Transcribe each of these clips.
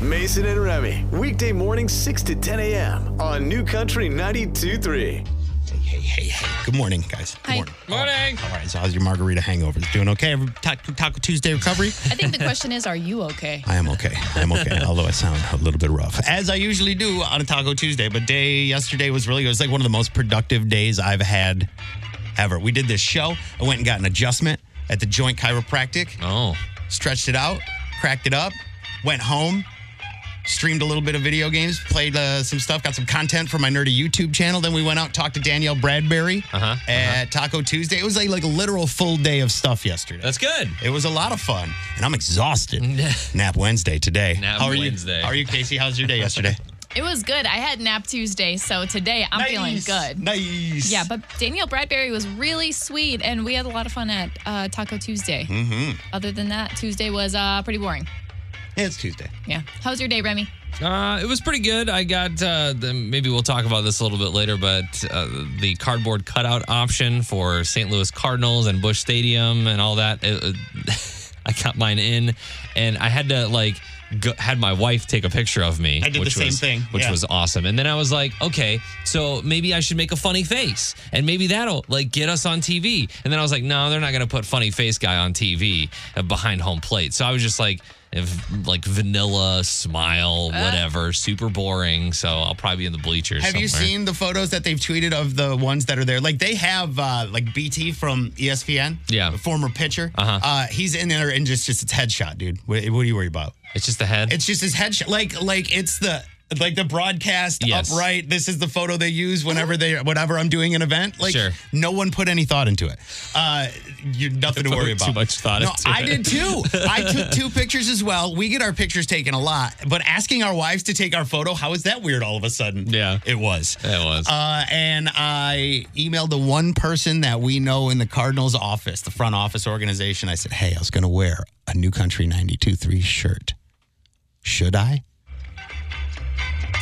Mason and Remy, weekday morning, 6 to 10 a.m. on New Country 92.3. Hey, hey, hey. Good morning, guys. Good Hi. morning. Morning. All right, so how's your margarita hangovers? Doing okay? Every- Ta- Taco Tuesday recovery? I think the question is, are you okay? I am okay. I am okay, although I sound a little bit rough, as I usually do on a Taco Tuesday. But day yesterday was really, it was like one of the most productive days I've had ever. We did this show. I went and got an adjustment at the joint chiropractic. Oh. stretched it out, cracked it up, went home, streamed a little bit of video games, played uh, some stuff, got some content for my nerdy YouTube channel. Then we went out, talked to Danielle Bradbury Uh-huh, at Taco Tuesday. It was like, like a literal full day of stuff yesterday. That's good. it was a lot of fun, and I'm exhausted. Nap Wednesday today. Nap How are Wednesday. you? How are you, Casey? How's your day yesterday? It was good. I had nap Tuesday, so today I'm feeling Nice. good. Nice. Yeah, but Danielle Bradbury was really sweet, and we had a lot of fun at uh, Taco Tuesday. Mm-hmm. Other than that, Tuesday was uh, pretty boring. it's Tuesday. Yeah. How's your day, Remy? Uh, it was pretty good. I got, uh, the, maybe we'll talk about this a little bit later, but uh, the cardboard cutout option for St. Louis Cardinals and Bush Stadium and all that. It, it- I got mine in and I had to like, go, had my wife take a picture of me. I did the which same was- thing. Which Yeah. was awesome. And then I was like, okay, so maybe I should make a funny face and maybe that'll like get us on TV. And then I was like, no, they're not going to put funny face guy on TV uh, behind home plate. So I was just like, if, like vanilla smile, whatever, super boring. So I'll probably be in the bleachers. Uh. Have you somewhere. seen the photos that they've tweeted of the ones that are there? Like they have uh, like BT from E ESPN, Yeah. the former pitcher. Uh-huh. Uh, he's in there and just just its headshot, dude. What, what do you worry about? It's just the head. It's just his headshot. Like like it's the like the broadcast Yes. upright. This is the photo they use whenever they whenever I'm doing an event. Like Sure. no one put any thought into it. Uh, you nothing to Put worry too about. much thought no, into I it. did too. I took two pictures as well. We get our pictures taken a lot, but asking our wives to take our photo, how is that weird? All of a sudden, Yeah. it was. It was. Uh, and I emailed the one person that we know in the Cardinals office, the front office organization. I said, Hey, I was going to wear a New Country 92 3 shirt. Should I?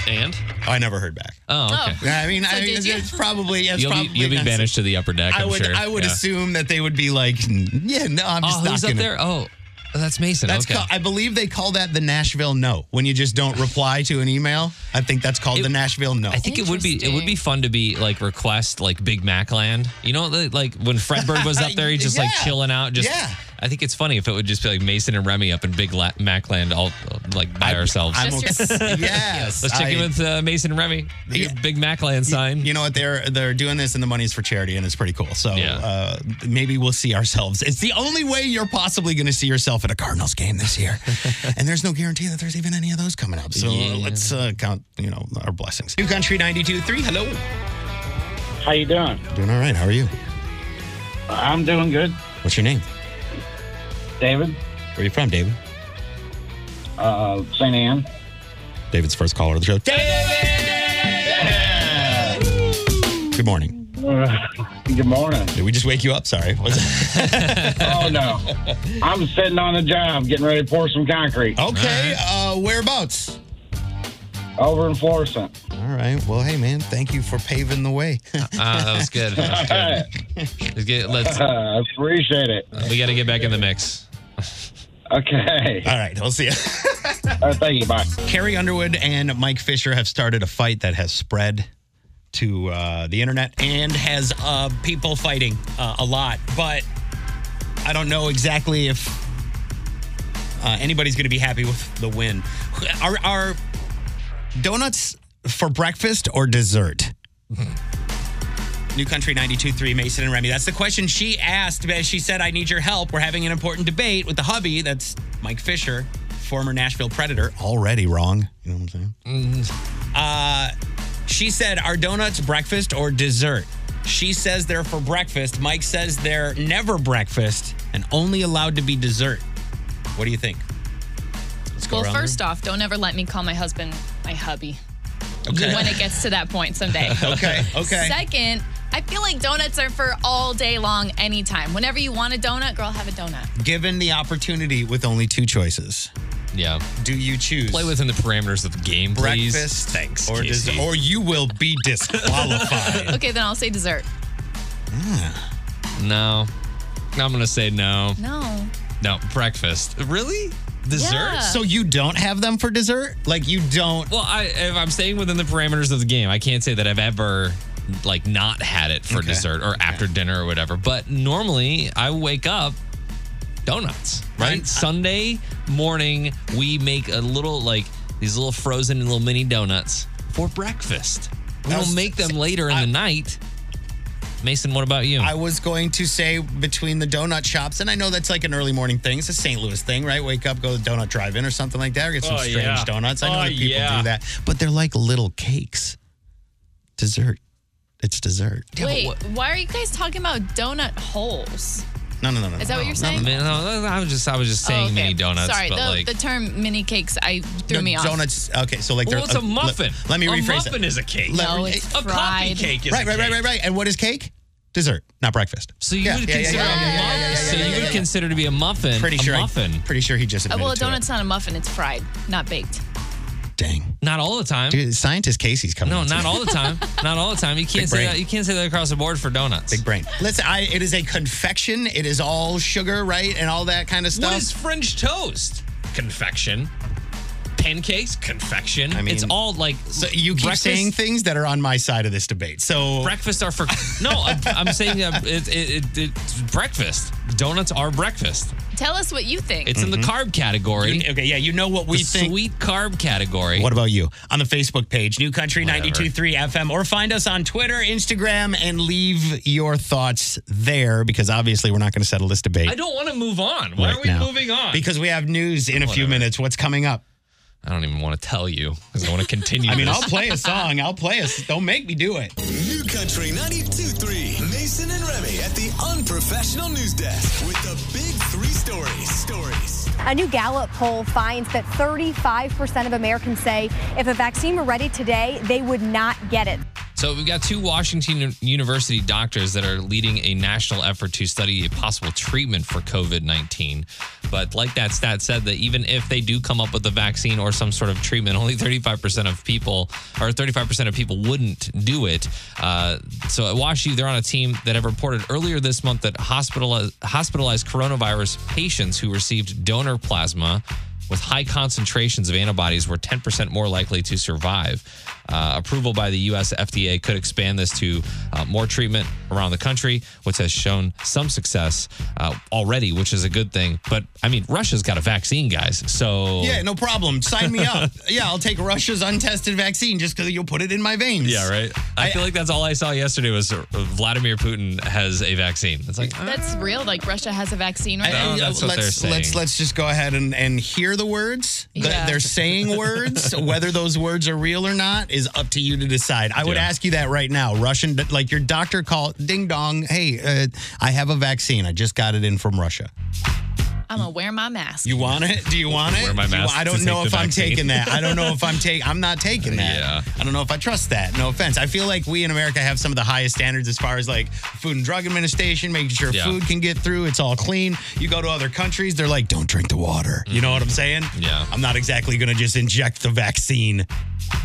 and? Oh, I never heard back. Oh, okay. I mean, I So mean did it's, you? it's probably, it's You'll be, probably you'll be not- banished to the upper deck. I I'm would, sure. I would Yeah. assume that they would be like, yeah, no, I'm just Oh, not who's up gonna- there? Oh, that's Mason. That's okay. called, I believe they call that the Nashville no. When you just don't reply to an email, I think that's called It- the Nashville no. I think it would be it would be Interesting. fun to be like request like Big Mac land. You know, like like when Fred Bird was up there, he's just like Yeah. chilling out. Just Yeah. I think it's funny if it would just be like Mason and Remy up in Big La- Mac land, all like by ourselves. I'm Just your- okay. yes. Let's check I- in with uh, Mason and Remy. The Yeah. Big Mac land sign. You know what? They're they're doing this, and the money's for charity, and it's pretty cool. So Yeah. uh, maybe we'll see ourselves. It's the only way you're possibly going to see yourself at a Cardinals game this year, and there's no guarantee that there's even any of those coming up. So uh, Yeah. let's uh, count, you know, our blessings. New Country 92.3, Hello. How you doing? Doing all right. How are you? I'm doing good, What's your name? David. Where are you from, David? Uh, St. Anne. David's first caller of the show. Good morning. Uh, good morning. Did we just wake you up? Sorry. Was- Oh no, I'm sitting on the job getting ready to pour some concrete okay. Uh, whereabouts? over in Florissant. All right. Well, hey, man. Thank you for paving the way. Ah, that was good. That was good. Let's get- let's- Uh, appreciate it. we got to get back in the mix. Okay. all right. I'll see you. Uh, thank you. Bye. Carrie Underwood and Mike Fisher have started a fight that has spread to uh, the internet and has uh, people fighting uh, a lot. But I don't know exactly if uh, anybody's going to be happy with the win. Are, are donuts for breakfast or dessert? New Country 92.3, Mason and Remy. That's the question she asked. but She said, I need your help. We're having an important debate with the hubby. That's Mike Fisher, former Nashville Predator. Already wrong. You know what I'm saying? Uh, she said, Are donuts breakfast or dessert? She says they're for breakfast. Mike says they're never breakfast and only allowed to be dessert. What do you think? Let's go Well, around first the off, don't ever let me call my husband my hubby room. okay. when it gets to that point someday. okay. Okay. Second, I feel like donuts are for all day long, anytime. Whenever you want a donut, girl, have a donut. Given the opportunity with only two choices, Yeah. do you choose? Play within the parameters of the game, please. breakfast Thanks. or Casey. dessert, or you will be disqualified. Okay, then I'll say dessert. no. I'm going to say no. No. No, breakfast. Really? dessert. Yeah. So you don't have them for dessert? Like you don't Well, I, if I'm staying within the parameters of the game, I can't say that I've ever like not had it for dessert or after dinner or whatever. But normally, I wake up donuts. Right, I- Sunday morning, we make a little like these little frozen little mini donuts for breakfast. We was- don't make them later in the night. Mason, what about you? I was going to say between the donut shops, and I know that's like an early morning thing. It's a St. Louis thing, right? Wake up, go to donut drive-in or something like that, or get some Oh, strange yeah. donuts. I know Oh, that people yeah. do that, but they're like little cakes. Dessert. It's dessert. Wait, what- why are you guys talking about donut holes? No, no, no, no. Is that no, what you're no, saying? Oh, Man, no, I was just I was just saying okay. mini donuts, Sorry, but the, like the term mini cakes I threw No, me off. Donuts. Okay, so like well, they're. what's a uh, le- muffin? Let, me rephrase A muffin that. is a cake. No, it's a coffee fried. cake is Right, a right, right, cake. right, right. And what is cake? Dessert, not breakfast. So you Yeah, would yeah, yeah, consider yeah, yeah, a yeah, muffin. yeah, yeah, so yeah, you yeah, would yeah. consider to be a muffin. Pretty a sure. I- muffin. pretty sure he just Uh, admitted well, a to it. donut's not a muffin; it's fried, not baked. Dang, Not all the time. dude. Scientist Casey's coming. No, in today. not all the time. Not all the time. You can't say brain. that. You can't say that across the board for donuts. Big brain. Listen, I, it is a confection. It is all sugar, right, and all that kind of stuff. What is French toast? Confection. Pancakes, confection. I mean- it's all like So you keep breakfast- saying things that are on my side of this debate. So breakfast are for no. I'm, I'm saying uh, it, it, it, it's breakfast. Donuts are breakfast. Tell us what you think. It's Mm-hmm. in the carb category. okay, yeah, you know what we the sweet carb category. What about you? On the Facebook page, New Country Whatever. 92.3 FM, or find us on Twitter, Instagram, and leave your thoughts there because obviously we're not going to settle this debate. I don't want to move on. Why right are we now. moving on? Because we have news in a few minutes. What's coming up? I don't even want to tell you because I want to continue. I mean, this. I'll play a song. I'll play a. s- Don't make me do it. New Country 92.3. Mason and Remy at the Unprofessional News Desk with the big three stories. Stories. A new Gallup poll finds that 35% of Americans say if a vaccine were ready today, they would not get it. So we've got two Washington Uni- University doctors that are leading a national effort to study a possible treatment for COVID-19. But like that stat said, that even if they do come up with a vaccine or some sort of treatment, only 35% of people or 35% of people wouldn't do it. Uh, so at WashU, they're on a team that have reported earlier this month that hospitalized, hospitalized coronavirus patients who received donor plasma with high concentrations of antibodies were 10% more likely to survive. Uh, approval by the U.S. FDA could expand this to uh, more treatment around the country, which has shown some success uh, already, which is a good thing. But I mean, Russia's got a vaccine, guys. So Yeah, no problem. Sign me up. yeah, I'll take Russia's untested vaccine just because you'll put it in my veins. Yeah, right. I, feel like that's all I saw yesterday was uh, Vladimir Putin has a vaccine. It's like, uh, That's real. Like Russia has a vaccine right I- now. I- that's what let's, they're Let's saying. let's just go ahead and, and hear the words. The- Yeah. They're saying words. Whether those words are real or not is up to you to decide. I would Yeah. ask you that right now, Russian. Like your doctor call, ding dong. Hey, uh, I have a vaccine. I just got it in from Russia. I'm gonna wear my mask. You want it? Do you want it? Wear my Do you- mask I to don't take know the if I'm vaccine. taking that. I don't know if I'm taking. I'm not taking that. Yeah. I don't know if I trust that. No offense. I feel like we in America have some of the highest standards as far as like Food and Drug Administration, making sure Yeah. food can get through. It's all clean. You go to other countries, they're like, don't drink the water. You know what I'm saying? Yeah. I'm not exactly going to just inject the vaccine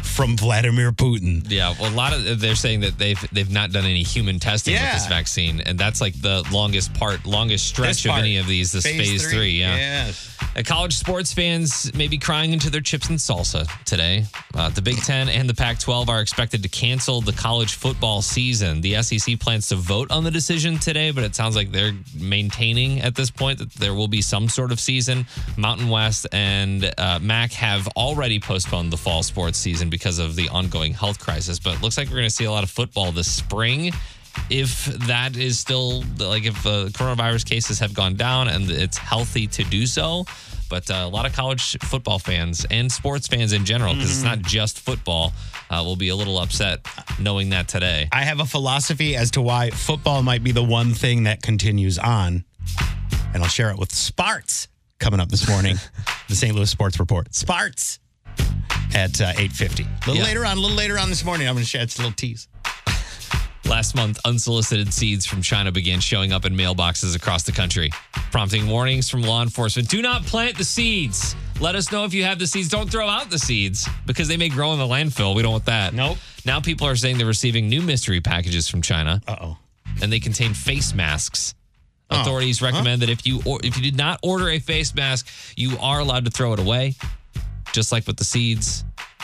from Vladimir Putin. Yeah, well, a lot of they're saying that they've they've not done any human testing Yeah. with this vaccine, and that's like the longest part, longest stretch This part. of any of these. This phase, three, yeah. Yes. Uh, College sports fans may be crying into their chips and salsa today. Uh, the Big Ten and the Pac 12 are expected to cancel the college football season. The SEC plans to vote on the decision today, but it sounds like they're maintaining at this point that there will be some sort of season. Mountain West and uh, MAC have already postponed the fall sports season because of the ongoing health crisis, but it looks like we're going to see a lot of football this spring if that is still like if uh, coronavirus cases have gone down and it's healthy to do so. But uh, a lot of college football fans and sports fans in general, because it's not just football, uh, will be a little upset knowing that today. I have a philosophy as to why football might be the one thing that continues on, and I'll share it with Sparts coming up this morning. the St. Louis Sports Report. Sparts at uh, eight fifty. A little Yeah. later on. A little later on this morning. I'm going to share it's a little tease. Last month, unsolicited seeds from China began showing up in mailboxes across the country, prompting warnings from law enforcement do not plant the seeds. Let us know if you have the seeds. Don't throw out the seeds because they may grow in the landfill. We don't want that. Nope. Now people are saying they're receiving new mystery packages from China. Uh oh. and they contain face masks Authorities recommend that if you or, if you did not order a face mask, you are allowed to throw it away. Just like with the seeds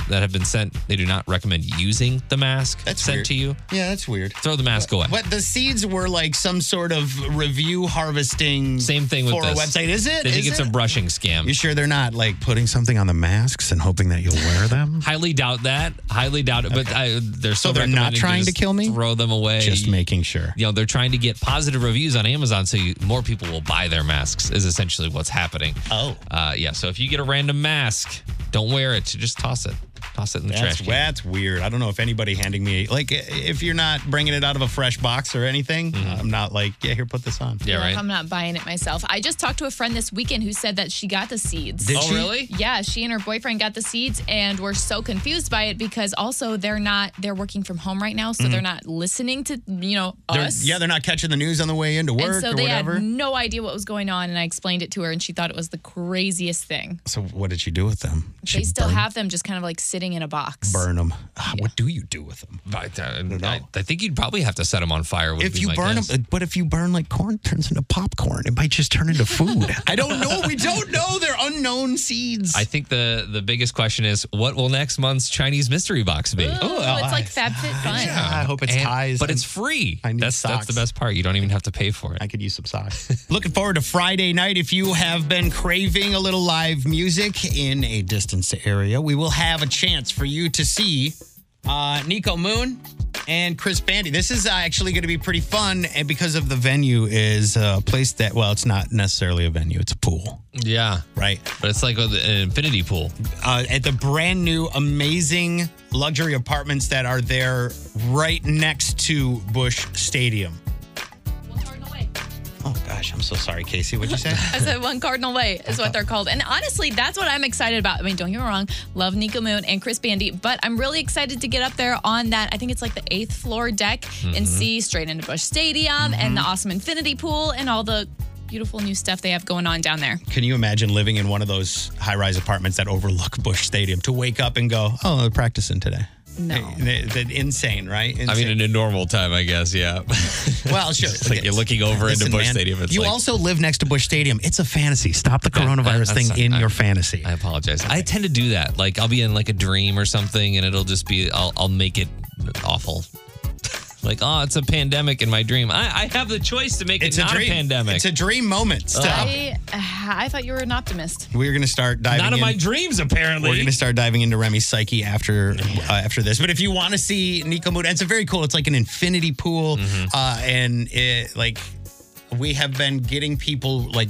that have been sent, they do not recommend using the mask That's sent weird. to you. Yeah, that's weird. Throw the mask away. But the seeds were like some sort of review harvesting. Same thing with for this. a website. Is it? They think Is it's it? a brushing scam. You sure they're not like putting something on the masks and hoping that you'll wear them? Highly doubt that. Highly doubt it. But I, they're so they're not trying to kill me? Throw them away. Just making sure. you know they're trying to get positive reviews on Amazon so you, more people will buy their masks is essentially what's happening. Oh. uh, yeah. So if you get a random mask, don't wear it. Just toss it. Toss it in the That's, trash. Can. that's weird. I don't know if anybody handing me like if you're not bringing it out of a fresh box or anything. I'm not like yeah, here put this on. Yeah, Like, I'm right. not buying it myself. I just talked to a friend this weekend who said that she got the seeds. Did Oh, she- really? yeah, she and her boyfriend got the seeds and were so confused by it because also they're not they're working from home right now, so they're not listening to you know Mm. They're- us. yeah, they're not catching the news on the way into work and so or they whatever. had no idea what was going on, and I explained it to her, and she thought it was the craziest thing. so what did she do with them? She they still burn, have them just kind of like sitting in a box. burn them. Ah, What do you do with them? But, uh, know. I, I think you'd probably have to set them on fire. Would if be you my burn guess. them, but if you burn like corn, it turns into popcorn. It might just turn into food. I don't know. We don't know. They're unknown seeds. I think the the biggest question is what will next month's Chinese mystery box be? Ooh, it's like FabFitFun. Oh, Yeah, I hope it's And- ties. but it's free. I need that's that's the socks. best part. You don't even have to pay for it. I could use some socks. Looking forward to Friday night. If you have been craving a little live music in a distance area, we will have a chance for you to see uh, Nico Moon and Chris Bandy. This is uh, actually going to be pretty fun, and because of the venue is uh, a place that well, it's not necessarily a venue; it's a pool, Yeah, right? but it's like with an infinity pool. uh, at the brand new, amazing luxury apartments that are there right next to Bush Stadium. One cardinal way. Oh gosh, I'm so sorry, Casey. What'd you say? I said one cardinal way is what they're called. And honestly, that's what I'm excited about. I mean, don't get me wrong, love Nico Moon and Chris Bandy, but I'm really excited to get up there on that. I think it's like the eighth floor deck Mm-hmm. and see straight into Bush Stadium and the awesome infinity pool and all the beautiful new stuff they have going on down there. Can you imagine living in one of those high-rise apartments that overlook Bush Stadium? To wake up and go, oh, they're practicing today. No. They- they- they're insane, right? I mean, Insane. in a normal time, I guess. Yeah. well, sure. It's like you're looking over Listen, into Bush man, Stadium. It's you like, also live next to Bush Stadium. It's a fantasy. Stop the coronavirus that's- thing in I- your fantasy. I apologize. I tend to do that. Like I'll be in like a dream or something, and it'll just be I'll I'll make it awful. like oh, it's a pandemic in my dream. I I have the choice to make it's it a not dream. a pandemic. It's a dream moment. Still, I, I thought you were an optimist. we're gonna start diving. not in in. my dreams, apparently. We're going to start diving into Remy's psyche after uh, after this. But if you want to see Nico Mood, it's a very cool. It's like an infinity pool, Mm-hmm. uh, and it, like we have been getting people like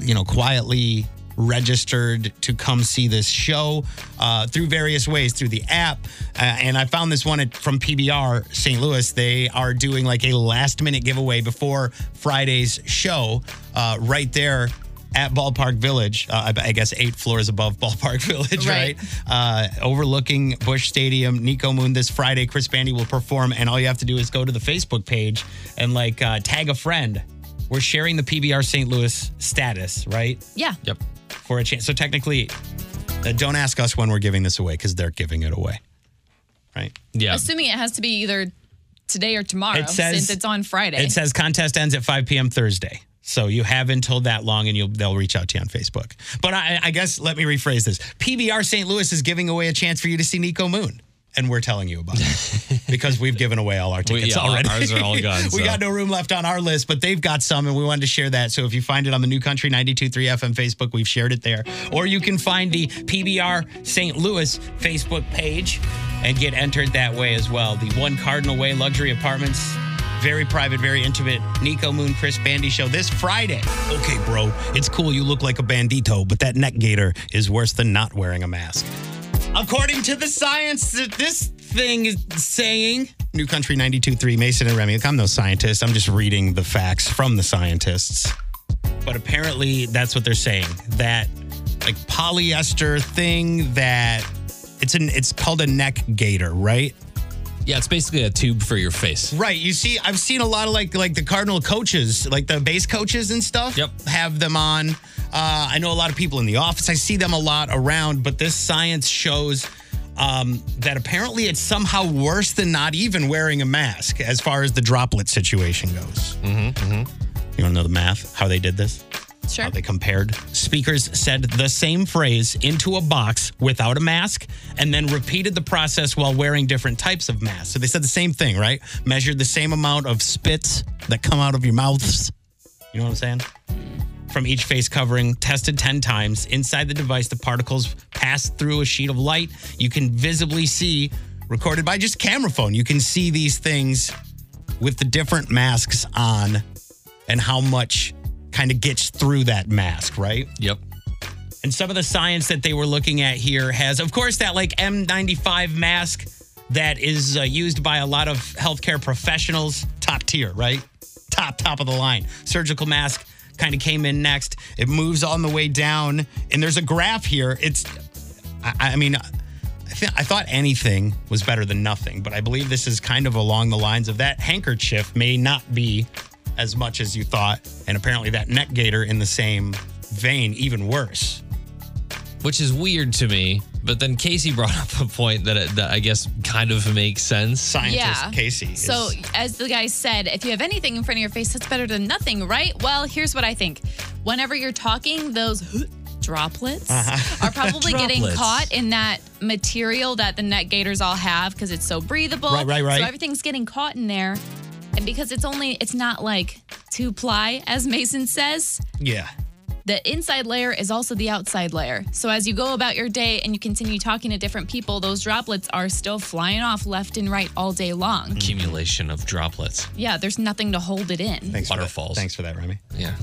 you know quietly registered to come see this show uh, through various ways through the app uh, and i found this one at, from pbr st louis they are doing like a last minute giveaway before friday's show uh, right there at ballpark village uh, I, I guess eight floors above ballpark village right, Right. Uh, overlooking bush stadium nico moon this friday chris bandy will perform and all you have to do is go to the facebook page and like uh, tag a friend we're sharing the PBR St. Louis status, right? Yeah. Yep. For a chance. So technically, uh, don't ask us when we're giving this away because they're giving it away, right? Yeah. Assuming it has to be either today or tomorrow It says- since it's on Friday. It says contest ends at 5 p.m. Thursday. So you have until that long, and you'll they'll reach out to you on Facebook. But I, I guess let me rephrase this: PBR St. Louis is giving away a chance for you to see Nico Moon, and we're telling you about it because we've given away all our tickets yeah, already. ours are all gone, we so. got no room left on our list, but they've got some, and we wanted to share that. So if you find it on the New Country 92.3 FM Facebook, we've shared it there, or you can find the PBR St. Louis Facebook page and get entered that way as well. The One Cardinal Way luxury apartments. Very private, very intimate Nico Moon Chris Bandy show this Friday. Okay, bro, it's cool you look like a bandito, but that neck gator is worse than not wearing a mask. According to the science that this thing is saying, New Country 92.3, Mason and Remy. Look, I'm no scientist. I'm just reading the facts from the scientists. But apparently, that's what they're saying. That like polyester thing that it's an it's called a neck gaiter, right? yeah. It's basically a tube for your face. Right. You see, I've seen a lot of like like the Cardinal coaches, like the base coaches and stuff. Yep. Have them on. Uh, I know a lot of people in the office. I see them a lot around, but this science shows um, that apparently it's somehow worse than not even wearing a mask as far as the droplet situation goes. Mm-hmm, You want to know the math? How they did this? Sure. How they compared? Speakers said the same phrase into a box without a mask and then repeated the process while wearing different types of masks. So they said the same thing, right? Measured the same amount of spits that come out of your mouths. You know what I'm saying? From each face covering, tested 10 times. Inside the device, the particles pass through a sheet of light. You can visibly see, recorded by just camera phone, you can see these things with the different masks on and how much kind of gets through that mask, right? Yep. And some of the science that they were looking at here has, of course, that like M95 mask that is uh, used by a lot of healthcare professionals, top tier, right? Top, top of the line. Surgical mask kind of came in next. It moves on the way down. And there's a graph here. It's, I, I mean, I, th- I thought anything was better than nothing, but I believe this is kind of along the lines of that handkerchief may not be as much as you thought. And apparently, that neck gaiter in the same vein, even worse. Which is weird to me. But then Casey brought up a point that, it, that I guess kind of makes sense. Scientist Yeah. Casey. is- So, as the guy said, if you have anything in front of your face, that's better than nothing, right? Well, here's what I think. Whenever you're talking, those droplets Uh-huh. are probably getting Droplets. caught in that material that the net gators all have because it's so breathable. Right, right, right. So everything's getting caught in there. And because it's only it's not like two ply as Mason says, yeah. the inside layer is also the outside layer. So as you go about your day and you continue talking to different people, those droplets are still flying off left and right all day long. Mm-hmm. Accumulation of droplets. Yeah, there's nothing to hold it in. Thanks For Waterfalls. that. Thanks for that, Remy. Yeah.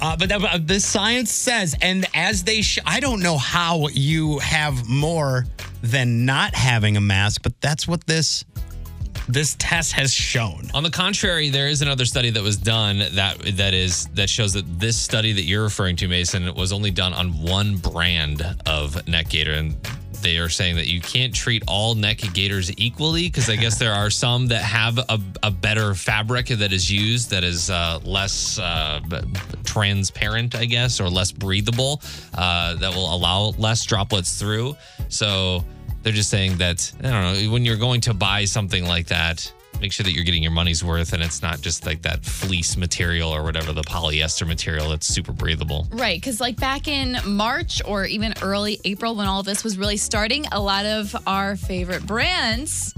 Uh, but that, uh, the science says, and as they, sh- I don't know how you have more than not having a mask, but that's what this this test has shown. On the contrary, there is another study that was done that that is that shows that this study that you're referring to, Mason, was only done on one brand of neck gator, and they are saying that you can't treat all neck gators equally because I guess there are some that have a, a better fabric that is used that is uh, less uh, b- transparent, I guess, or less breathable uh, that will allow less droplets through. So they're just saying that I don't know when you're going to buy something like that make sure that you're getting your money's worth and it's not just like that fleece material or whatever the polyester material that's super breathable. Right, because like back in March or even early April when all this was really starting, a lot of our favorite brands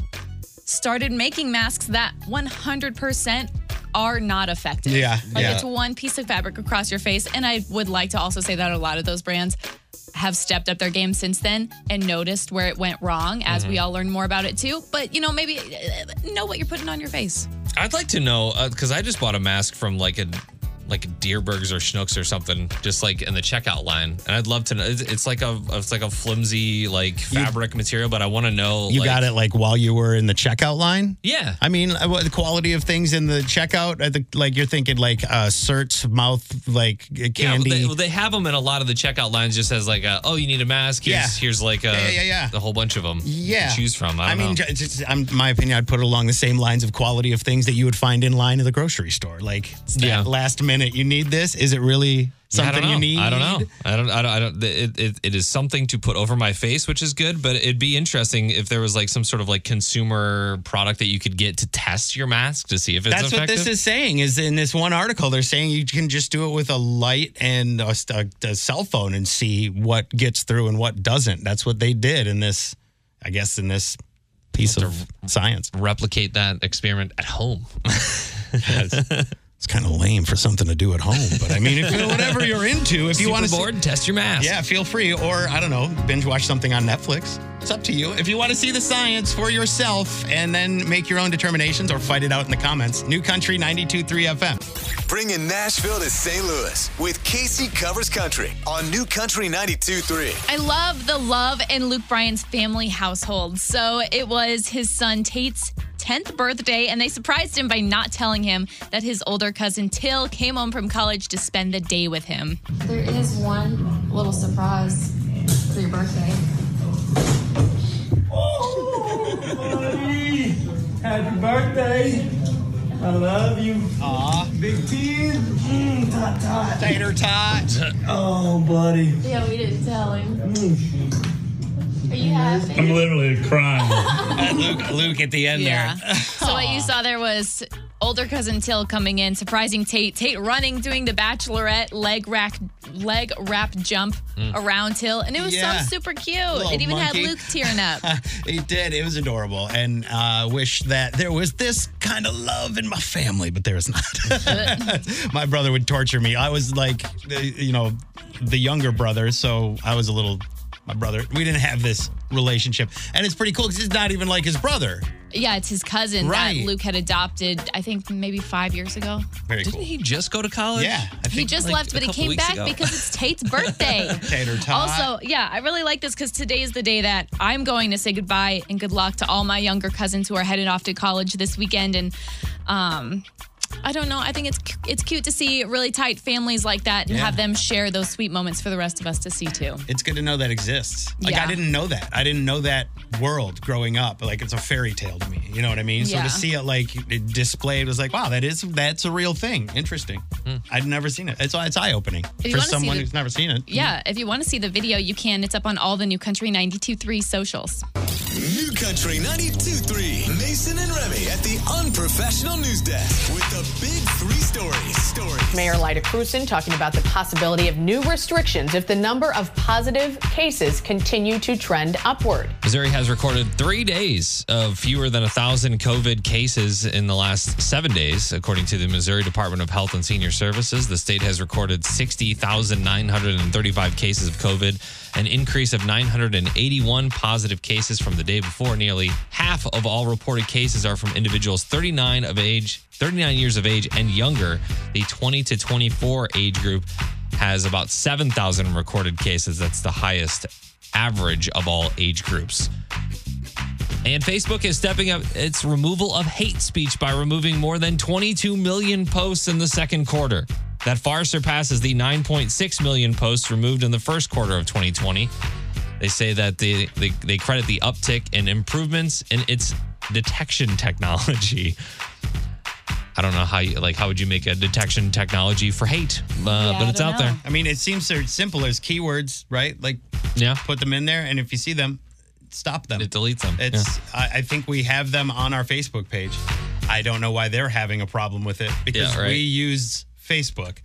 started making masks that 100% are not effective. Yeah, Like yeah. it's one piece of fabric across your face. And I would like to also say that a lot of those brands have stepped up their game since then and noticed where it went wrong as Mm-hmm. we all learn more about it too. But you know, maybe uh, know what you're putting on your face. I'd like to know because I just bought a mask from like a like Deerbergs or Schnucks or something, just like in the checkout line, and I'd love to know. It's, it's like a it's like a flimsy like fabric material, but I want to know. You like- got it like while you were in the checkout line? Yeah. I mean, uh, what- the quality of things in the checkout, I think, like you're thinking like uh certs mouth like uh, Yeah, well, candy. they, well, they have them in a lot of the checkout lines. Just as like, a, oh, you need a mask. Here's, Yeah. here's like a, Yeah, yeah, yeah. a whole bunch of them. you yeah. can choose from. I, I, don't mean, know. ju- just, I'm, my opinion, I'd put it along the same lines of quality of things that you would find in line at the grocery store. Like, it's that Yeah. last minute, you need this? Is it really Yeah, something I don't know. you need? I don't know. I don't. I don't. I don't it, it, it is something to put over my face, which is good. But it'd be interesting if there was like some sort of like consumer product that you could get to test your mask to see if it's That's what effective. this is saying. Is in this one article, they're saying you can just do it with a light and a, st- a cell phone and see what gets through and what doesn't. That's what they did in this, I guess, in this piece of science. Replicate that experiment at home. It's kind of lame for something to do at home, but I mean, if, whatever you're into, if you want to see- board, test your mask. Yeah, feel free. Or, I don't know, binge watch something on Netflix. It's up to you. If you want to see the science for yourself and then make your own determinations or fight it out in the comments, New Country 92.3 FM. Bringing Nashville to St. Louis with Casey Covers Country on New Country 92.3. I love the love in Luke Bryan's family household. So it was his son Tate's 10th birthday, and they surprised him by not telling him that his older cousin Till came home from college to spend the day with him. There is one little surprise for your birthday. Happy birthday. I love you. Aw. Big tears. Mm, tot, tot. Tater tot. Oh, buddy. Mm. Yeah, we didn't tell him. Are you happy? literally crying. Luke, Luke at the end So what you saw there was Older cousin Till coming in, surprising Tate. Tate running, doing the bachelorette leg rack, leg wrap jump around Till, and it was Mm. Yeah. so super cute. Little It even monkey. had Luke tearing up. It did. It was adorable. And uh, wish that there was this kind of love in my family, but there is not. my brother would torture me. I was like, the- you know, the younger brother. So I was a little, my brother, we didn't have this relationship. And it's pretty cool because he's not even like his brother. yeah, it's his cousin Right. that Luke had adopted. I think maybe five years ago. Very Didn't cool. he just go to college? yeah. I He think just like, left, a but he couple came weeks back ago. because it's Tate's birthday. Tater tot. Also, yeah, I really like this because today is the day that I'm going to say goodbye and good luck to all my younger cousins who are headed off to college this weekend. And um, I don't know, I think it's cu- it's cute to see really tight families like that and Yeah. have them share those sweet moments for the rest of us to see too. it's good to know that exists. Like Yeah. I didn't know that. I didn't know that world growing up. Like it's a fairy tale to me. You know what I mean? So Yeah. to see it like it displayed was like, wow, that is that's a real thing. Interesting. Hmm. I'd never seen it. It's it's eye opening you for wanna see someone the- who's never seen it. Yeah, if you want to see the video, you can. It's up on all the New Country 92.3 socials. Oh, New Country 92.3, Mason and Remy at the Unprofessional News Desk with the big three stories. Stories. Mayor Lyda Crewson talking about the possibility of new restrictions if the number of positive cases continue to trend upward. Missouri has recorded three days of fewer than a thousand COVID cases in the last seven days, according to the Missouri Department of Health and Senior Services. The state has recorded 60,935 cases of COVID, an increase of 981 positive cases from the day before. Nearly half of all reported cases are from individuals 39 of age, 39 years of age and younger. The 20 to 24 age group has about 7,000 recorded cases. That's the highest average of all age groups. And Facebook is stepping up its removal of hate speech by removing more than 22 million posts in the second quarter. That far surpasses the 9.6 million posts removed in the first quarter of 2020. They say that they, they, they credit the uptick in improvements in its detection technology. I don't know how you like how would you make a detection technology for hate, uh, but I it's don't out know. there. I mean, it seems so simple as keywords, right? Like Yeah, put them in there and if you see them, stop them. it deletes them. Yeah. It's I, I think we have them on our Facebook page. I don't know why they're having a problem with it because Yeah, right. Mm-hmm. we use Facebook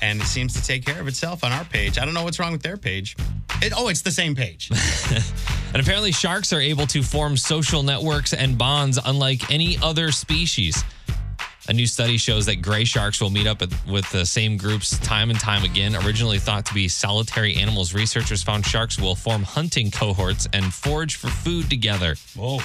and it seems to take care of itself on our page. I don't know what's wrong with their page. It, oh, it's the same page. And apparently, sharks are able to form social networks and bonds unlike any other species. A new study shows that gray sharks will meet up at- with the same groups time and time again. Originally thought to be solitary animals, researchers found sharks will form hunting cohorts and forage for food together. Whoa.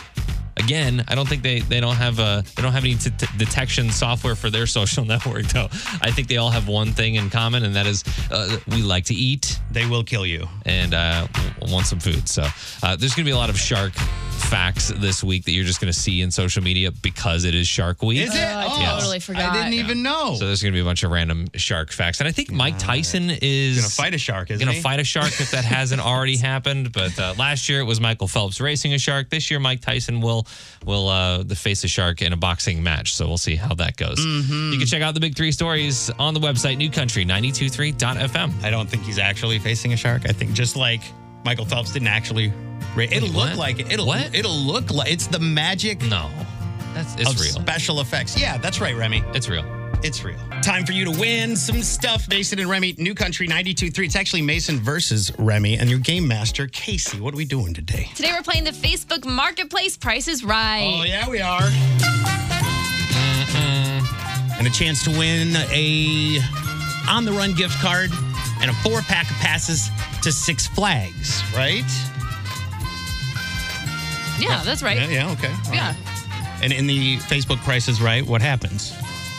Again, I don't think they, they don't have uh they don't have any t- t- detection software for their social network though. I think they all have one thing in common, and that is uh, we like to eat They will kill you. and uh, w- want some food. So uh, there's going to be a lot of shark facts this week that you're just going to see in social media because it is Shark Week. Is it? Oh, I totally forgot. I didn't even know. So there's going to be a bunch of random shark facts, and I think Mike Tyson is Gonna fight a shark, isn't Gonna he? fight a shark if that hasn't already happened. But uh, last year it was Michael Phelps racing a shark. This year Mike Tyson will will uh, face a shark in a boxing match. So we'll see how that goes. You can check out the big three stories on the website newcountry923.fm. I don't think he's actually facing a shark. I think just like Michael Phelps didn't actually. Ra- it'll Wait, look what? like it. It'll What? it'll look like it's the magic No, that's it's of real. special effects. Yeah, that's right, Remy. it's real. It's real. Time for you to win some stuff. Mason and Remy, New Country 92.3. It's actually Mason versus Remy and your game master, Casey. What are we doing today? Today we're playing the Facebook Marketplace Prices Right. Oh, yeah, we are. Mm-hmm. And a chance to win a on the run gift card and a four pack of passes to Six Flags, right? yeah. that's right. Yeah, yeah, okay. All yeah. right. And in the Facebook Price is Right, what happens?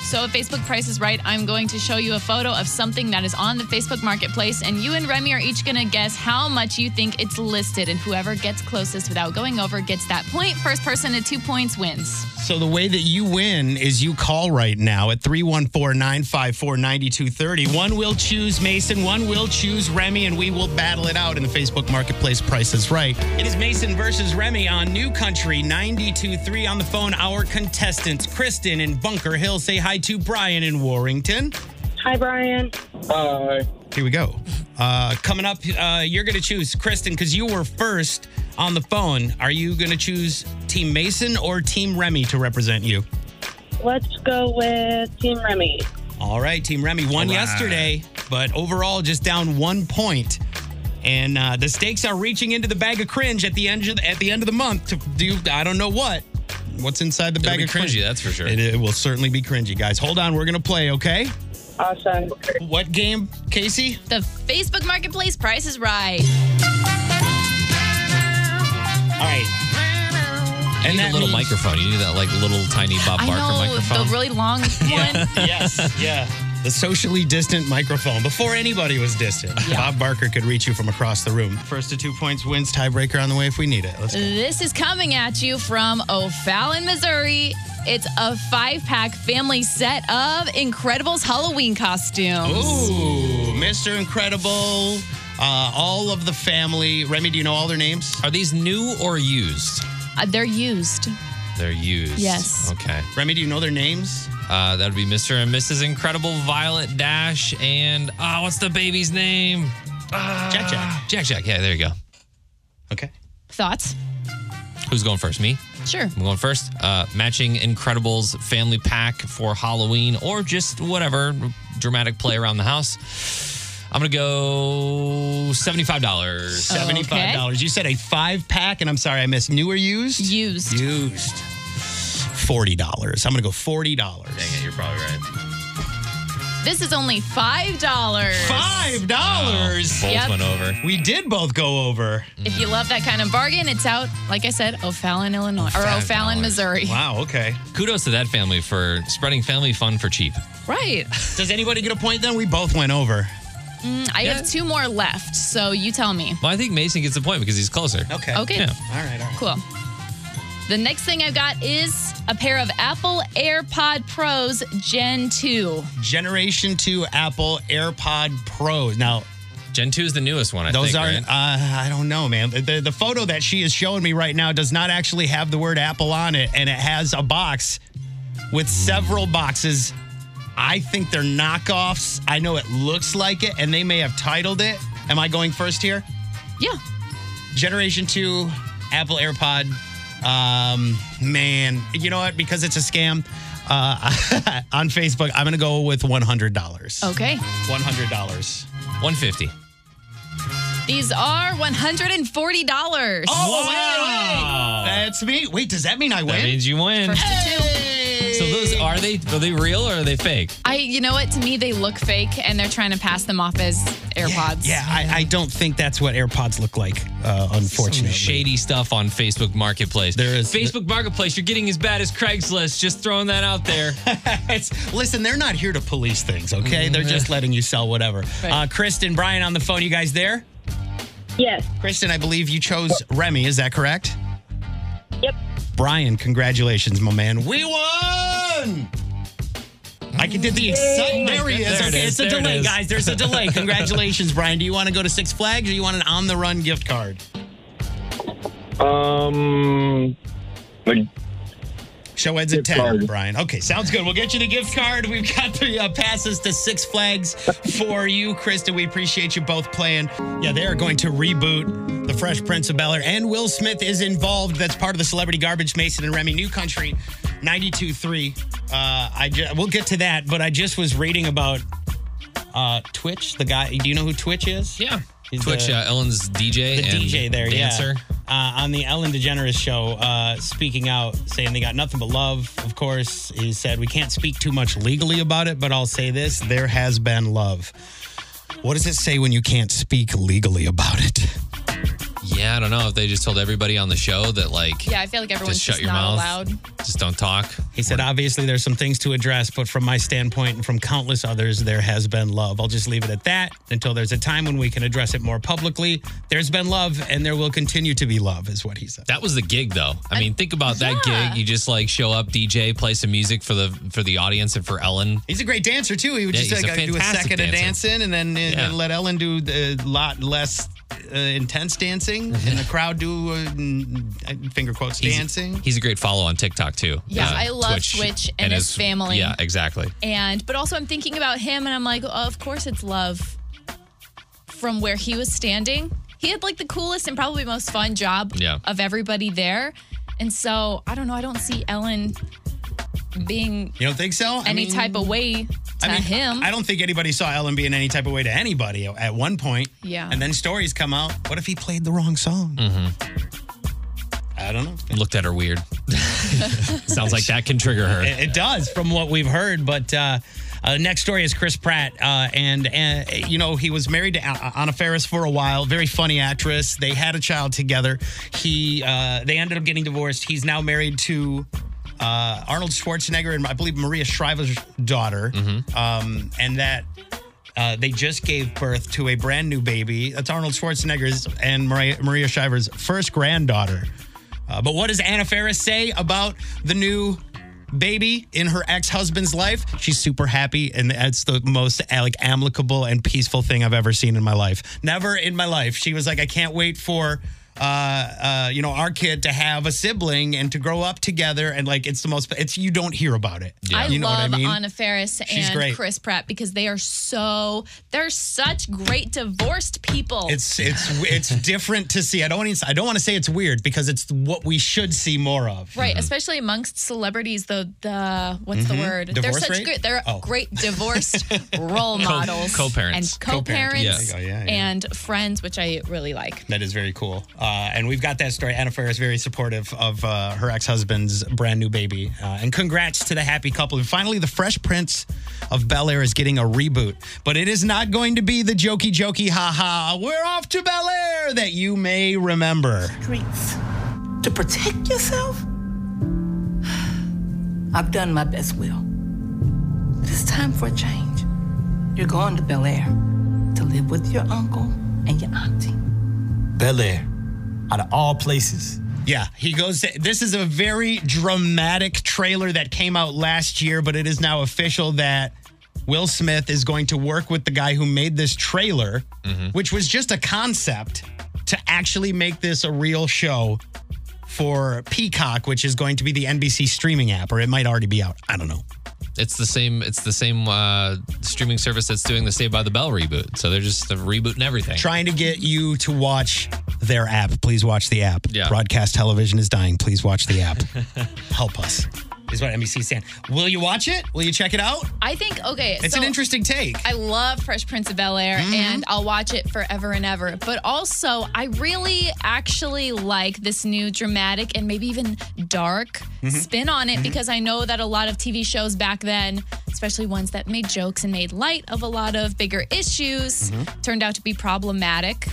So if Facebook Price is Right, I'm going to show you a photo of something that is on the Facebook Marketplace, and you and Remy are each going to guess how much you think it's listed, and whoever gets closest without going over gets that point. First person to two points wins. So the way that you win is you call right now at 314-954-9230. One will choose Mason, one will choose Remy, and we will battle it out in the Facebook Marketplace Price is Right. It is Mason versus Remy on New Country 92.3. On the phone, our contestants, Kristen in Bunker Hill. Say hi to Brian in Warrington. Hi, Brian. Hi. Here we go. Uh, coming up, uh, you're going to choose Kristen because you were first on the phone. Are you going to choose Team Mason or Team Remy to represent you? Let's go with Team Remy. All right, Team Remy won All right. yesterday, but overall just down one point. And uh, the stakes are reaching into the bag of cringe at the end of the, at the end of the month to do I don't know what. What's inside the It'll bag be of cringe? cringy, that's for sure. It, it will certainly be cringy, guys. Hold on, we're gonna play, okay? Awesome. What game, Casey? The Facebook Marketplace Price is Right. All right. You need a little means- microphone. You need that like little tiny Bob I Barker know microphone. the really long one. yes, yeah. The socially distant microphone before anybody was distant. Bob Barker could reach you from across the room. First to two points wins tiebreaker on the way if we need it. Let's go. This is coming at you from O'Fallon, Missouri. It's a five-pack family set of Incredibles Halloween costumes. Ooh, Mr. Incredible. Uh, all of the family. Remy, do you know all their names? Are these new or used? Uh, they're used. They're used. Yes. Okay. Remy, do you know their names? Uh, that'd be Mr. and Mrs. Incredible, Violet Dash, and oh, what's the baby's name? Ah. Jack Jack. Jack Jack. Yeah, there you go. Okay. Thoughts? Who's going first? Me? Sure. I'm going first. Uh, matching Incredibles family pack for Halloween or just whatever dramatic play around the house. I'm going to go $75. $75. You said a five pack, and I'm sorry, I missed new or used? Used. Used. $40. I'm going to go $40. Dang You're probably right. This is only five dollars. $5. Both Yep. went over. We did both go over. If you love that kind of bargain, it's out. Like I said, O'Fallon, Illinois, or O'Fallon, $5. Missouri. Wow, okay. Kudos to that family for spreading family fun for cheap. Right. Does anybody get a point then? We both went over. I have two more left, so you tell me. Well, I think Mason gets the point because he's closer. Okay. Okay. Yeah. All right, all right. Cool. The next thing I've got is a pair of Apple AirPod Pros Gen 2. Generation 2 Apple AirPod Pros. Now, Gen 2 is the newest one, I Those think. aren't. right? Uh, I don't know, man. The, the photo that she is showing me right now does not actually have the word Apple on it, and it has a box with several boxes. I think they're knockoffs. I know it looks like it, and they may have titled it. Am I going first here? Yeah. Generation two, Apple AirPod. Um, man, you know what? Because it's a scam. Uh, on Facebook, I'm gonna go with one hundred dollars. Oh. Okay. One hundred dollars. 150. These are $140. Oh, Oh, wow! That's me. Wait, does that mean I win? That means you win. First to two. So those are they are they real or are they fake? I, you know what? To me, they look fake, and they're trying to pass them off as AirPods. Yeah, I, I don't think that's what AirPods look like, uh, Some unfortunately. shady stuff on Facebook Marketplace. There is- Facebook Marketplace. You're getting as bad as Craigslist. Just throwing that out there. It's, listen, they're not here to police things, Mm-hmm. okay? They're just letting you sell whatever. Uh, Kristen, Brian on the phone. You guys there? Yes. Kristen, I believe you chose Remy. Is that correct? Yep. Brian, congratulations, my man. We won! I can did the excitement. There he is. There it okay, it's is. a Oh There it delay, is. guys. There's a delay. Congratulations, Brian. Do you want to go to Six Flags or you want an on the run gift card? Um, like, Show ends at 10, Gift card. Brian. Okay, sounds good. We'll get you the gift card. We've got the uh, passes to Six Flags for you, Krista. We appreciate you both playing. Yeah, they are going to reboot The Fresh Prince of Bel Air, and Will Smith is involved. That's part of the Celebrity Garbage Mason and Remy New Country 92.3. Uh, I ju- we'll get to that, but I just was reading about uh, Twitch, the guy. Do you know who Twitch is? Yeah. He's Twitch. the- uh, Ellen's DJ. the and DJ there, dancer. yeah, uh, on the Ellen DeGeneres show, uh, speaking out, saying they got nothing but love. Of course, he said we can't speak too much legally about it, but I'll say this: there has been love. What does it say when you can't speak legally about it? Yeah. I don't know if they just told everybody on the show that like Yeah, I feel like everyone's just just, shut your not mouth, allowed. just don't talk. He said, obviously, there's some things to address, but from my standpoint and from countless others, there has been love. I'll just leave it at that until there's a time when we can address it more publicly. There's been love, and there will continue to be love, is what he said. That was the gig, though. I mean, think about that yeah. gig. You just like show up, DJ, play some music for the for the audience and for Ellen. He's a great dancer too. He would Yeah, just he's like a do a fantastic second of dancer. dancing, and then uh, Yeah. let Ellen do the lot less uh, intense dancing, and the crowd do uh, n- finger quotes He's- dancing. He's a great follow on TikTok too. Uh, Yeah, I love Twitch and his family. Yeah, exactly. And but also I'm thinking about him and I'm like, oh, of course it's love from where he was standing. He had like the coolest and probably most fun job Yeah. of everybody there. And so I don't know, I don't see Ellen being You don't think so? I any mean- type of way to him. I don't think anybody saw Ellen be in any type of way to anybody at one point. Yeah. And then stories come out. What if he played the wrong song? Mm-hmm. I don't know. Looked at her weird. Sounds like that can trigger her. It, it does, from what we've heard. But uh, uh, next story is Chris Pratt, uh, and, and uh, you know he was married to A- Anna Faris for a while. Very funny actress. They had a child together. He uh, they ended up getting divorced. He's now married to. Uh, Arnold Schwarzenegger and I believe Maria Shriver's daughter, Mm-hmm. um, and that uh, they just gave birth to a brand new baby. That's Arnold Schwarzenegger's and Maria, Maria Shriver's first granddaughter. Uh, but what does Anna Faris say about the new baby in her ex-husband's life? She's super happy, and that's the most uh, like amicable and peaceful thing I've ever seen in my life. Never in my life. She was like, I can't wait for uh uh you know our kid to have a sibling and to grow up together and like it's the most it's you don't hear about it I you love Anna Faris She's and great. Chris Pratt because they are so they're such great divorced people. It's it's it's different to see. I don't want to, I don't want to say it's weird because it's what we should see more of. Right, especially amongst celebrities, the the what's Mhm. the word? Divorce they're such rate? good. They're Oh. great divorced role Co- models, co-parents. and Co-parents. co-parents, Yeah. There you go, yeah, yeah. and friends, which I really like. That is very cool. Uh, and we've got that story. Anna Faris very supportive of uh, her ex husband's brand new baby. Uh, and congrats to the happy couple. And finally, the Fresh Prince of Bel Air is getting a reboot, but it is not going to be the jokey jokey ha ha. We're off to Bel Air that you may remember. streets to protect yourself? I've done my best, Will. But it's time for a change. You're going to Bel Air to live with your uncle and your auntie. Bel Air, out of all places. Yeah, he goes. To, this is a very dramatic trailer that came out last year, but it is now official that Will Smith is going to work with the guy who made this trailer, which was just a concept, to actually make this a real show for Peacock, which is going to be the NBC streaming app, or it might already be out. I don't know. It's the same. It's the same uh, streaming service that's doing the Saved by the Bell reboot. So they're just rebooting everything. Trying to get you to watch their app. Please watch the app. Yeah. Broadcast television is dying. Please watch the app. Help us. Is what NBC is saying. Will you watch it? Will you check it out? I think okay, It's so an interesting take. I love Fresh Prince of Bel Air, and I'll watch it forever and ever. But also, I really actually like this new dramatic and maybe even dark Mhm. spin on it Mhm. because I know that a lot of TV shows back then, especially ones that made jokes and made light of a lot of bigger issues, Mhm. turned out to be problematic.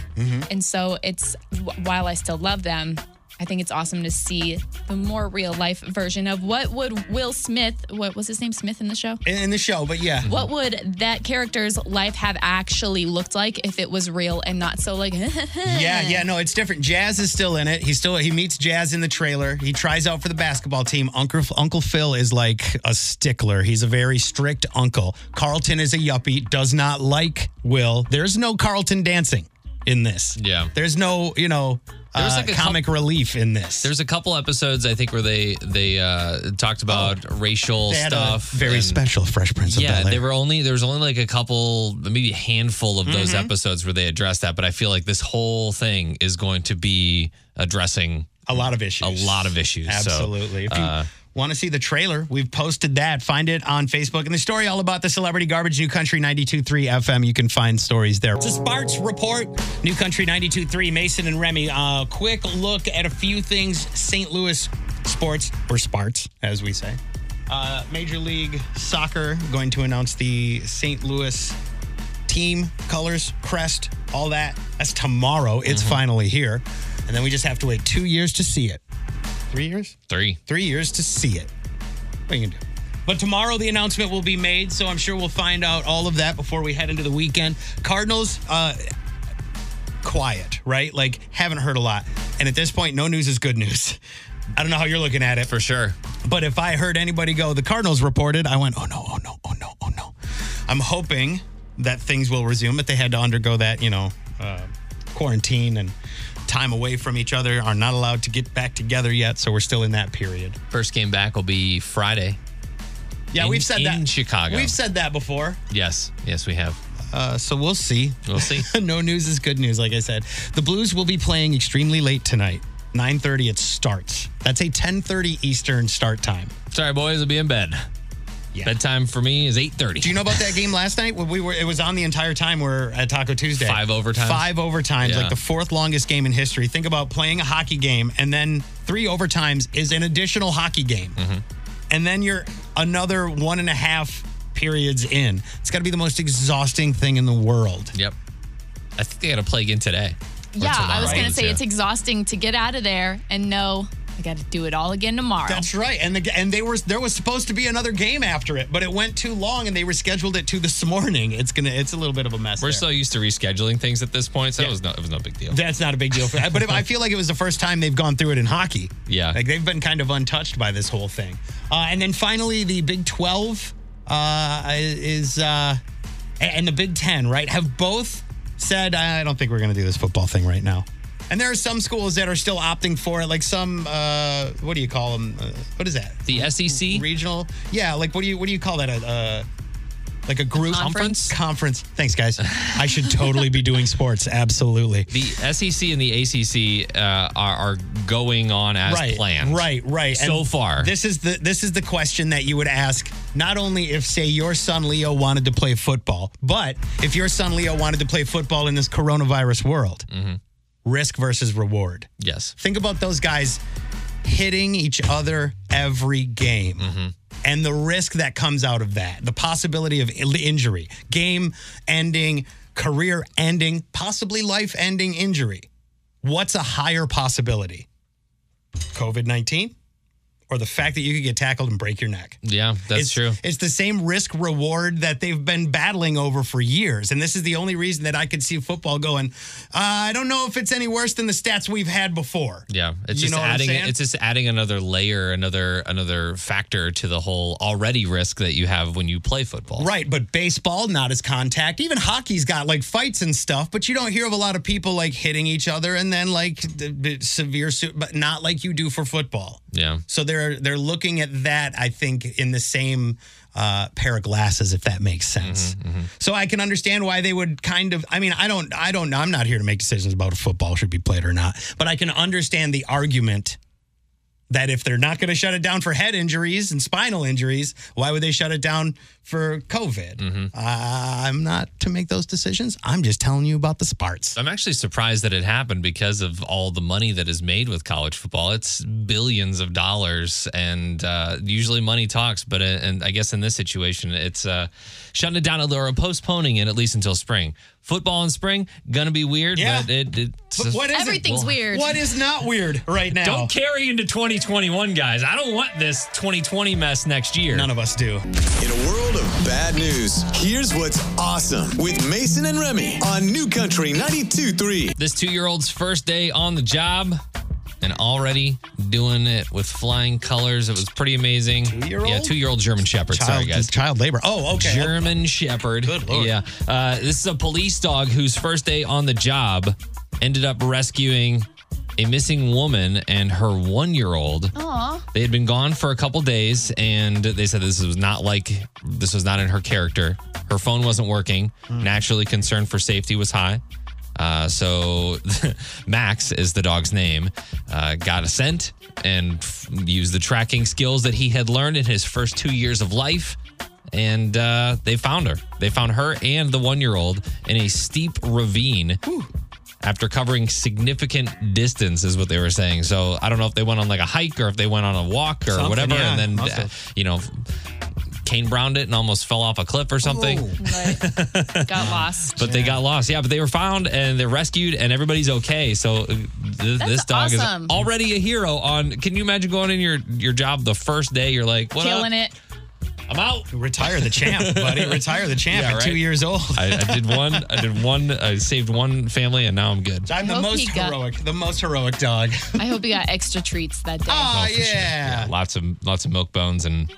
And so it's wh- while I still love them, I think it's awesome to see the more real life version of what would Will Smith, what was his name, Smith in the show? in the show, but yeah. What would that character's life have actually looked like if it was real and not so like? Yeah, yeah, no, it's different. Jazz is still in it. He still he meets Jazz in the trailer. He tries out for the basketball team. Uncle Uncle Phil is like a stickler. He's a very strict uncle. Carlton is a yuppie. Does not like Will. There's no Carlton dancing in this. Yeah. There's no you know There was uh, like a comic relief in this. There's a couple episodes I think where they they uh, talked about racial Oh, They had a stuff. very and- special Fresh Prince of Yeah, Bel Air. they were only there was only like a couple, maybe a handful of those Mm-hmm. episodes where they addressed that. But I feel like this whole thing is going to be addressing a lot of issues. A lot of issues. So, Absolutely. if you uh, want to see the trailer, we've posted that. Find it on Facebook. And the story all about the celebrity garbage, New Country 92.3 FM. You can find stories there. It's a Sparks report. New Country 92.3, Mason and Remy. Uh, quick look at a few things St. Louis sports, or Sparts, as we say. Uh, Major League Soccer going to announce the St. Louis team, colors, crest, all that. That's tomorrow. It's Mm-hmm. finally here. And then we just have to wait two years to see it. Three years? Three. Three years to see it. What are you gonna do? But tomorrow the announcement will be made, so I'm sure we'll find out all of that before we head into the weekend. Cardinals, uh, quiet, right? Like haven't heard a lot. And at this point, no news is good news. I don't know how you're looking at it. For sure. But if I heard anybody go, the Cardinals reported, I went, oh no, oh no, oh no, oh no. I'm hoping that things will resume, but they had to undergo that, you know, uh, quarantine and time away from each other, are not allowed to get back together yet. So we're still in that period. First game back will be Friday. Yeah, in- we've said that. in Chicago. We've said that before. yes, yes, we have. Uh, so we'll see. We'll see. no news is good news, like I said. The Blues will be playing extremely late tonight. 9.30 it starts. That's a 10:30 Eastern start time. Sorry, boys, I'll be in bed. Bedtime for me is 8.30. Do you know about that game last night? When we were, it was on the entire time we're at Taco Tuesday. Five overtimes? Five overtimes, Yeah. like the fourth longest game in history. Think about playing a hockey game and then three overtimes is an additional hockey game, Mm-hmm. and then you're another one and a half periods in. It's got to be the most exhausting thing in the world. Yep. I think they got to play again today. Yeah, I was tomorrow. going to say Yeah. it's exhausting to get out of there and know I got to do it all again tomorrow. That's right. And the, and they were there was supposed to be another game after it, but it went too long and they rescheduled it to this morning. It's gonna it's a little bit of a mess. We're there. so used to rescheduling things at this point, so it, was no, it was no big deal. That's not a big deal for but if, I feel like it was the first time they've gone through it in hockey. Yeah. Like they've been kind of untouched by this whole thing. Uh, and then finally, the Big 12 uh, is, uh, a- and the Big 10, right, have both said, I don't think we're going to do this football thing right now. And there are some schools that are still opting for it, like some, uh, what do you call them? Uh, what is that? The E SEC? Regional? Yeah, like what do you, what do you call that? A, uh, like a group Conference? Conference. Thanks, guys. I should totally be doing sports. Absolutely. The SEC and the ACC uh, are, are going on as right, planned. Right, right. So And far. this is the this is the question that you would ask. Not only if, say, your son Leo wanted to play football, but if your son Leo wanted to play football in this coronavirus world, Mm-hmm. risk versus reward. Yes. Think about those guys hitting each other every game. And the risk that comes out of that, the possibility of ill- injury, game ending, career ending, possibly life ending injury. What's a higher possibility? COVID 19 or the fact that you could get tackled and break your neck? Yeah, that's it's, true. It's the same risk reward that they've been battling over for years. And this is the only reason that I could see football going, uh, I don't know if it's any worse than the stats we've had before. Yeah, it's You just know what I'm adding saying? it's just adding another layer, another another factor to the whole already risk that you have when you play football. Right, but baseball, not as contact. Even hockey's got like fights and stuff, but you don't hear of a lot of people like hitting each other and then like the, the severe, su- but not like you do for football. Yeah. So they're they're looking at that, I think, in the same uh, pair of glasses, if that makes sense. So I can understand why they would kind of. I mean, I don't, I don't know. I'm not here to make decisions about if football should be played or not, but I can understand the argument that if they're not going to shut it down for head injuries and spinal injuries, why would they shut it down for COVID? Uh, I'm not to make those decisions. I'm just telling you about the Sparts. I'm actually surprised that it happened because of all the money that is made with college football. It's billions of dollars, and uh, usually money talks. But uh, and I guess in this situation, it's uh, shutting it down or postponing it at least until spring. Football in spring gonna be weird, Yeah. but it, it's But what is it? Everything's weird. What is not weird right now? Don't carry into 2021, guys. I don't want this 2020 mess next year. None of us do. In a world of bad news, here's what's awesome with Mason and Remy on New Country 92.3. This two year old's first day on the job and already doing it with flying colors. It was pretty amazing. Two year old? Yeah, two year old German Shepherd. Sorry, Child- guys. Child labor. Oh, okay. German Shepherd. Good lord. Yeah. Uh, this is a police dog whose first day on the job ended up rescuing a missing woman and her one year old. Aw. They had been gone for a couple days and they said this was not like this was not in her character. Her phone wasn't working. Hmm. Naturally, concern for safety was high. Uh, so Max is the dog's name. Uh, got a scent and f- used the tracking skills that he had learned in his first two years of life. And uh, they found her. They found her and the one year old in a steep ravine after covering significant distance is what they were saying. So I don't know if they went on like a hike or if they went on a walk or Something, whatever, yeah, and then must uh, have. you know, Kane browned it and almost fell off a cliff or something. Got lost. But they got lost. Yeah, but they were found and they're rescued and everybody's okay. So uh, th- this dog awesome. is already a hero. On can you imagine going in your your job the first day? You're like, what Killing up? it. I'm out. Retire the champ, buddy. Retire the champ Yeah, at two right. years old. I, I did one. I did one. I saved one family and now I'm good. I'm I the hope most he got- heroic, the most heroic dog. I hope you got extra treats that day. Oh, yeah. Lots of lots of milk bones and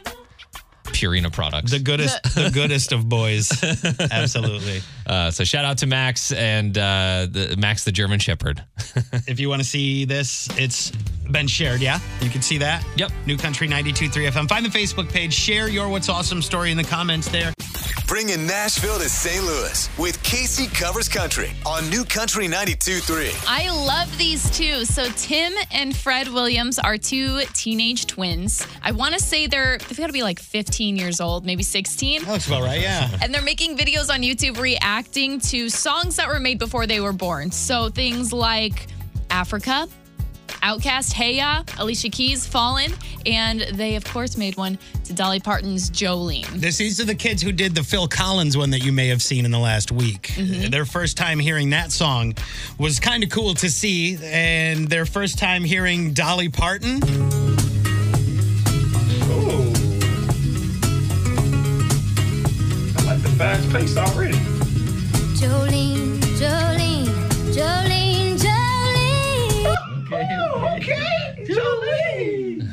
Purina products. The goodest, the goodest of boys. Absolutely. Uh, so shout out to Max and uh, the, Max the German Shepherd. if you want to see this, it's been shared, yeah? You can see that? Yep. New Country 92.3 FM. Find the Facebook page, share your What's Awesome story in the comments there. Bringing Nashville to St. Louis with Casey Covers Country on New Country 92.3. I love these two. So Tim and Fred Williams are two teenage twins. I want to say they're they've got to be like 15 years old, maybe 16. That's about right, yeah. And they're making videos on YouTube reacting to songs that were made before they were born. So things like Africa, Outcast, Hey Ya, Alicia Keys, Fallen, and they of course made one to Dolly Parton's Jolene. This, these are the kids who did the Phil Collins one that you may have seen in the last week. Mhm. Their first time hearing that song was kind of cool to see, and their first time hearing Dolly Parton. I like the fast pace already. Jolene, Jolene, Jolene, Jolene. Okay, Jolene.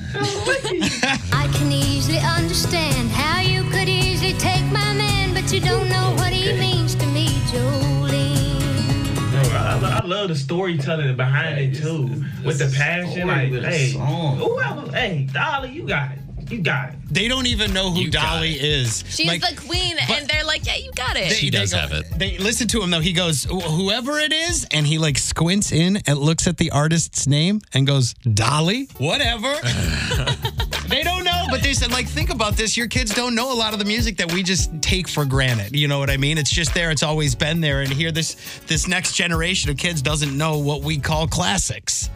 I can easily understand how you could easily take my man, but you don't know Oh, what he means to me, Jolene. No, I, lo- I love the storytelling behind it too, with the passion. Like, hey, whoever, hey, Dolly, you got it, you got it. They don't even know who Dolly is. She's Like, the queen, and they're like, yeah, you got it. they- they go- They listen to him though. He goes, "Wh- whoever it is, and he like squints in and looks at the artist's name and goes, Dolly, whatever. they don't know, but they said, like, think about this. Your kids don't know a lot of the music that we just take for granted. You know what I mean? It's just there. It's always been there. And here, this this next generation of kids doesn't know what we call classics.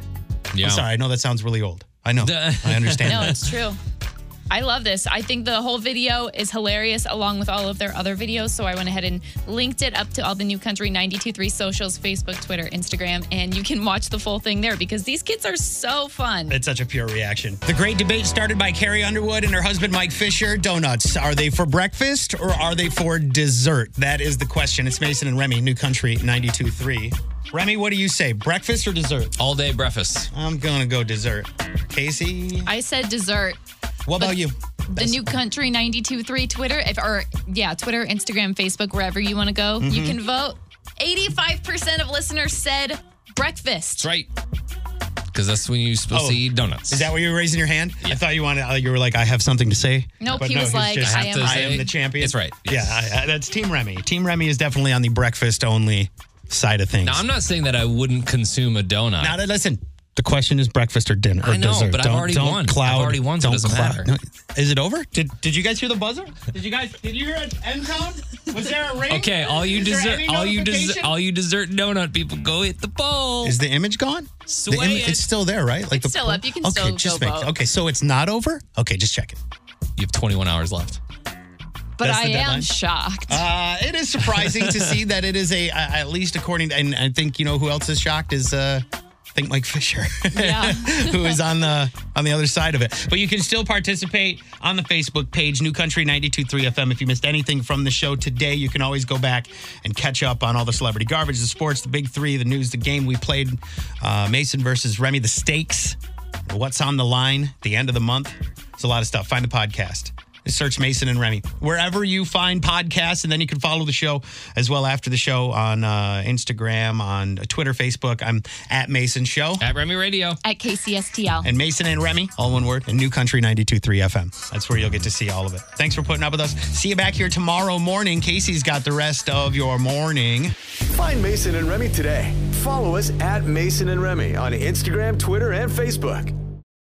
Yeah. I'm sorry. I know that sounds really old. I know. I understand. No, that. it's true. I love this. I think the whole video is hilarious along with all of their other videos. So I went ahead and linked it up to all the New Country 923 socials Facebook, Twitter, Instagram, and you can watch the full thing there because these kids are so fun. It's such a pure reaction. The great debate started by Carrie Underwood and her husband Mike Fisher. Donuts, are they for breakfast or are they for dessert? That is the question. It's Mason and Remy, New Country 92.3. Remy, what do you say? Breakfast or dessert? All day breakfast. I'm going to go dessert. Casey, I said dessert. what about you? The New Country 923 Twitter, if, or yeah, Twitter, Instagram, Facebook, wherever you want to go, you Mhm. can vote. 85% of listeners said breakfast. That's right. Because that's when you're supposed Oh. to eat donuts. Is that why you were raising your hand? I thought you wanted. uh, You were like, I have something to say. Nope, But he was he's like, just- I I have am- to I say- am the champion. That's right, Yeah, I, I, that's Team Remy. Team Remy is definitely on the breakfast only side of things. Now, I'm not saying that I wouldn't consume a donut. Now, that- listen. The question is breakfast or dinner or I know, dessert. but I've don't, already don't won. I've Cloud, already won, so it Don't doesn't cloud. matter. No, Is it over? Did Did you guys hear the buzzer? Did you guys? Did you hear an end count? Was there a ring? Okay, all you dessert, all you dessert, all you dessert donut people, go hit the bowl. Is the image gone? The Sway im- it. It's still there, right? Like It's still up. You can okay, still go just vote. Okay, so it's not over. Okay, just check it. You have 21 hours left. But That's I the am deadline? shocked. Uh, it is surprising to see that it is a uh, at least according to, and I think you know who else is shocked is uh I think Mike Fisher. who is on the on the other side of it. But you can still participate on the Facebook page New Country 923 FM if you missed anything from the show today. You can always go back and catch up on all the celebrity garbage, the sports, the big 3, the news, the game we played uh, Mason versus Remy the stakes, what's on the line, the end of the month. It's a lot of stuff. Find the podcast. Just Search Mason and Remy wherever you find podcasts, and then you can follow the show as well after the show on uh, Instagram, on uh, Twitter, Facebook. I'm at Mason Show. At Remy Radio. At KCSTL. And Mason and Remy, all one word, and New Country 92.3 FM. That's where you'll get to see all of it. Thanks for putting up with us. See you back here tomorrow morning. Casey's got the rest of your morning. Find Mason and Remy today. Follow us at Mason and Remy on Instagram, Twitter, and Facebook.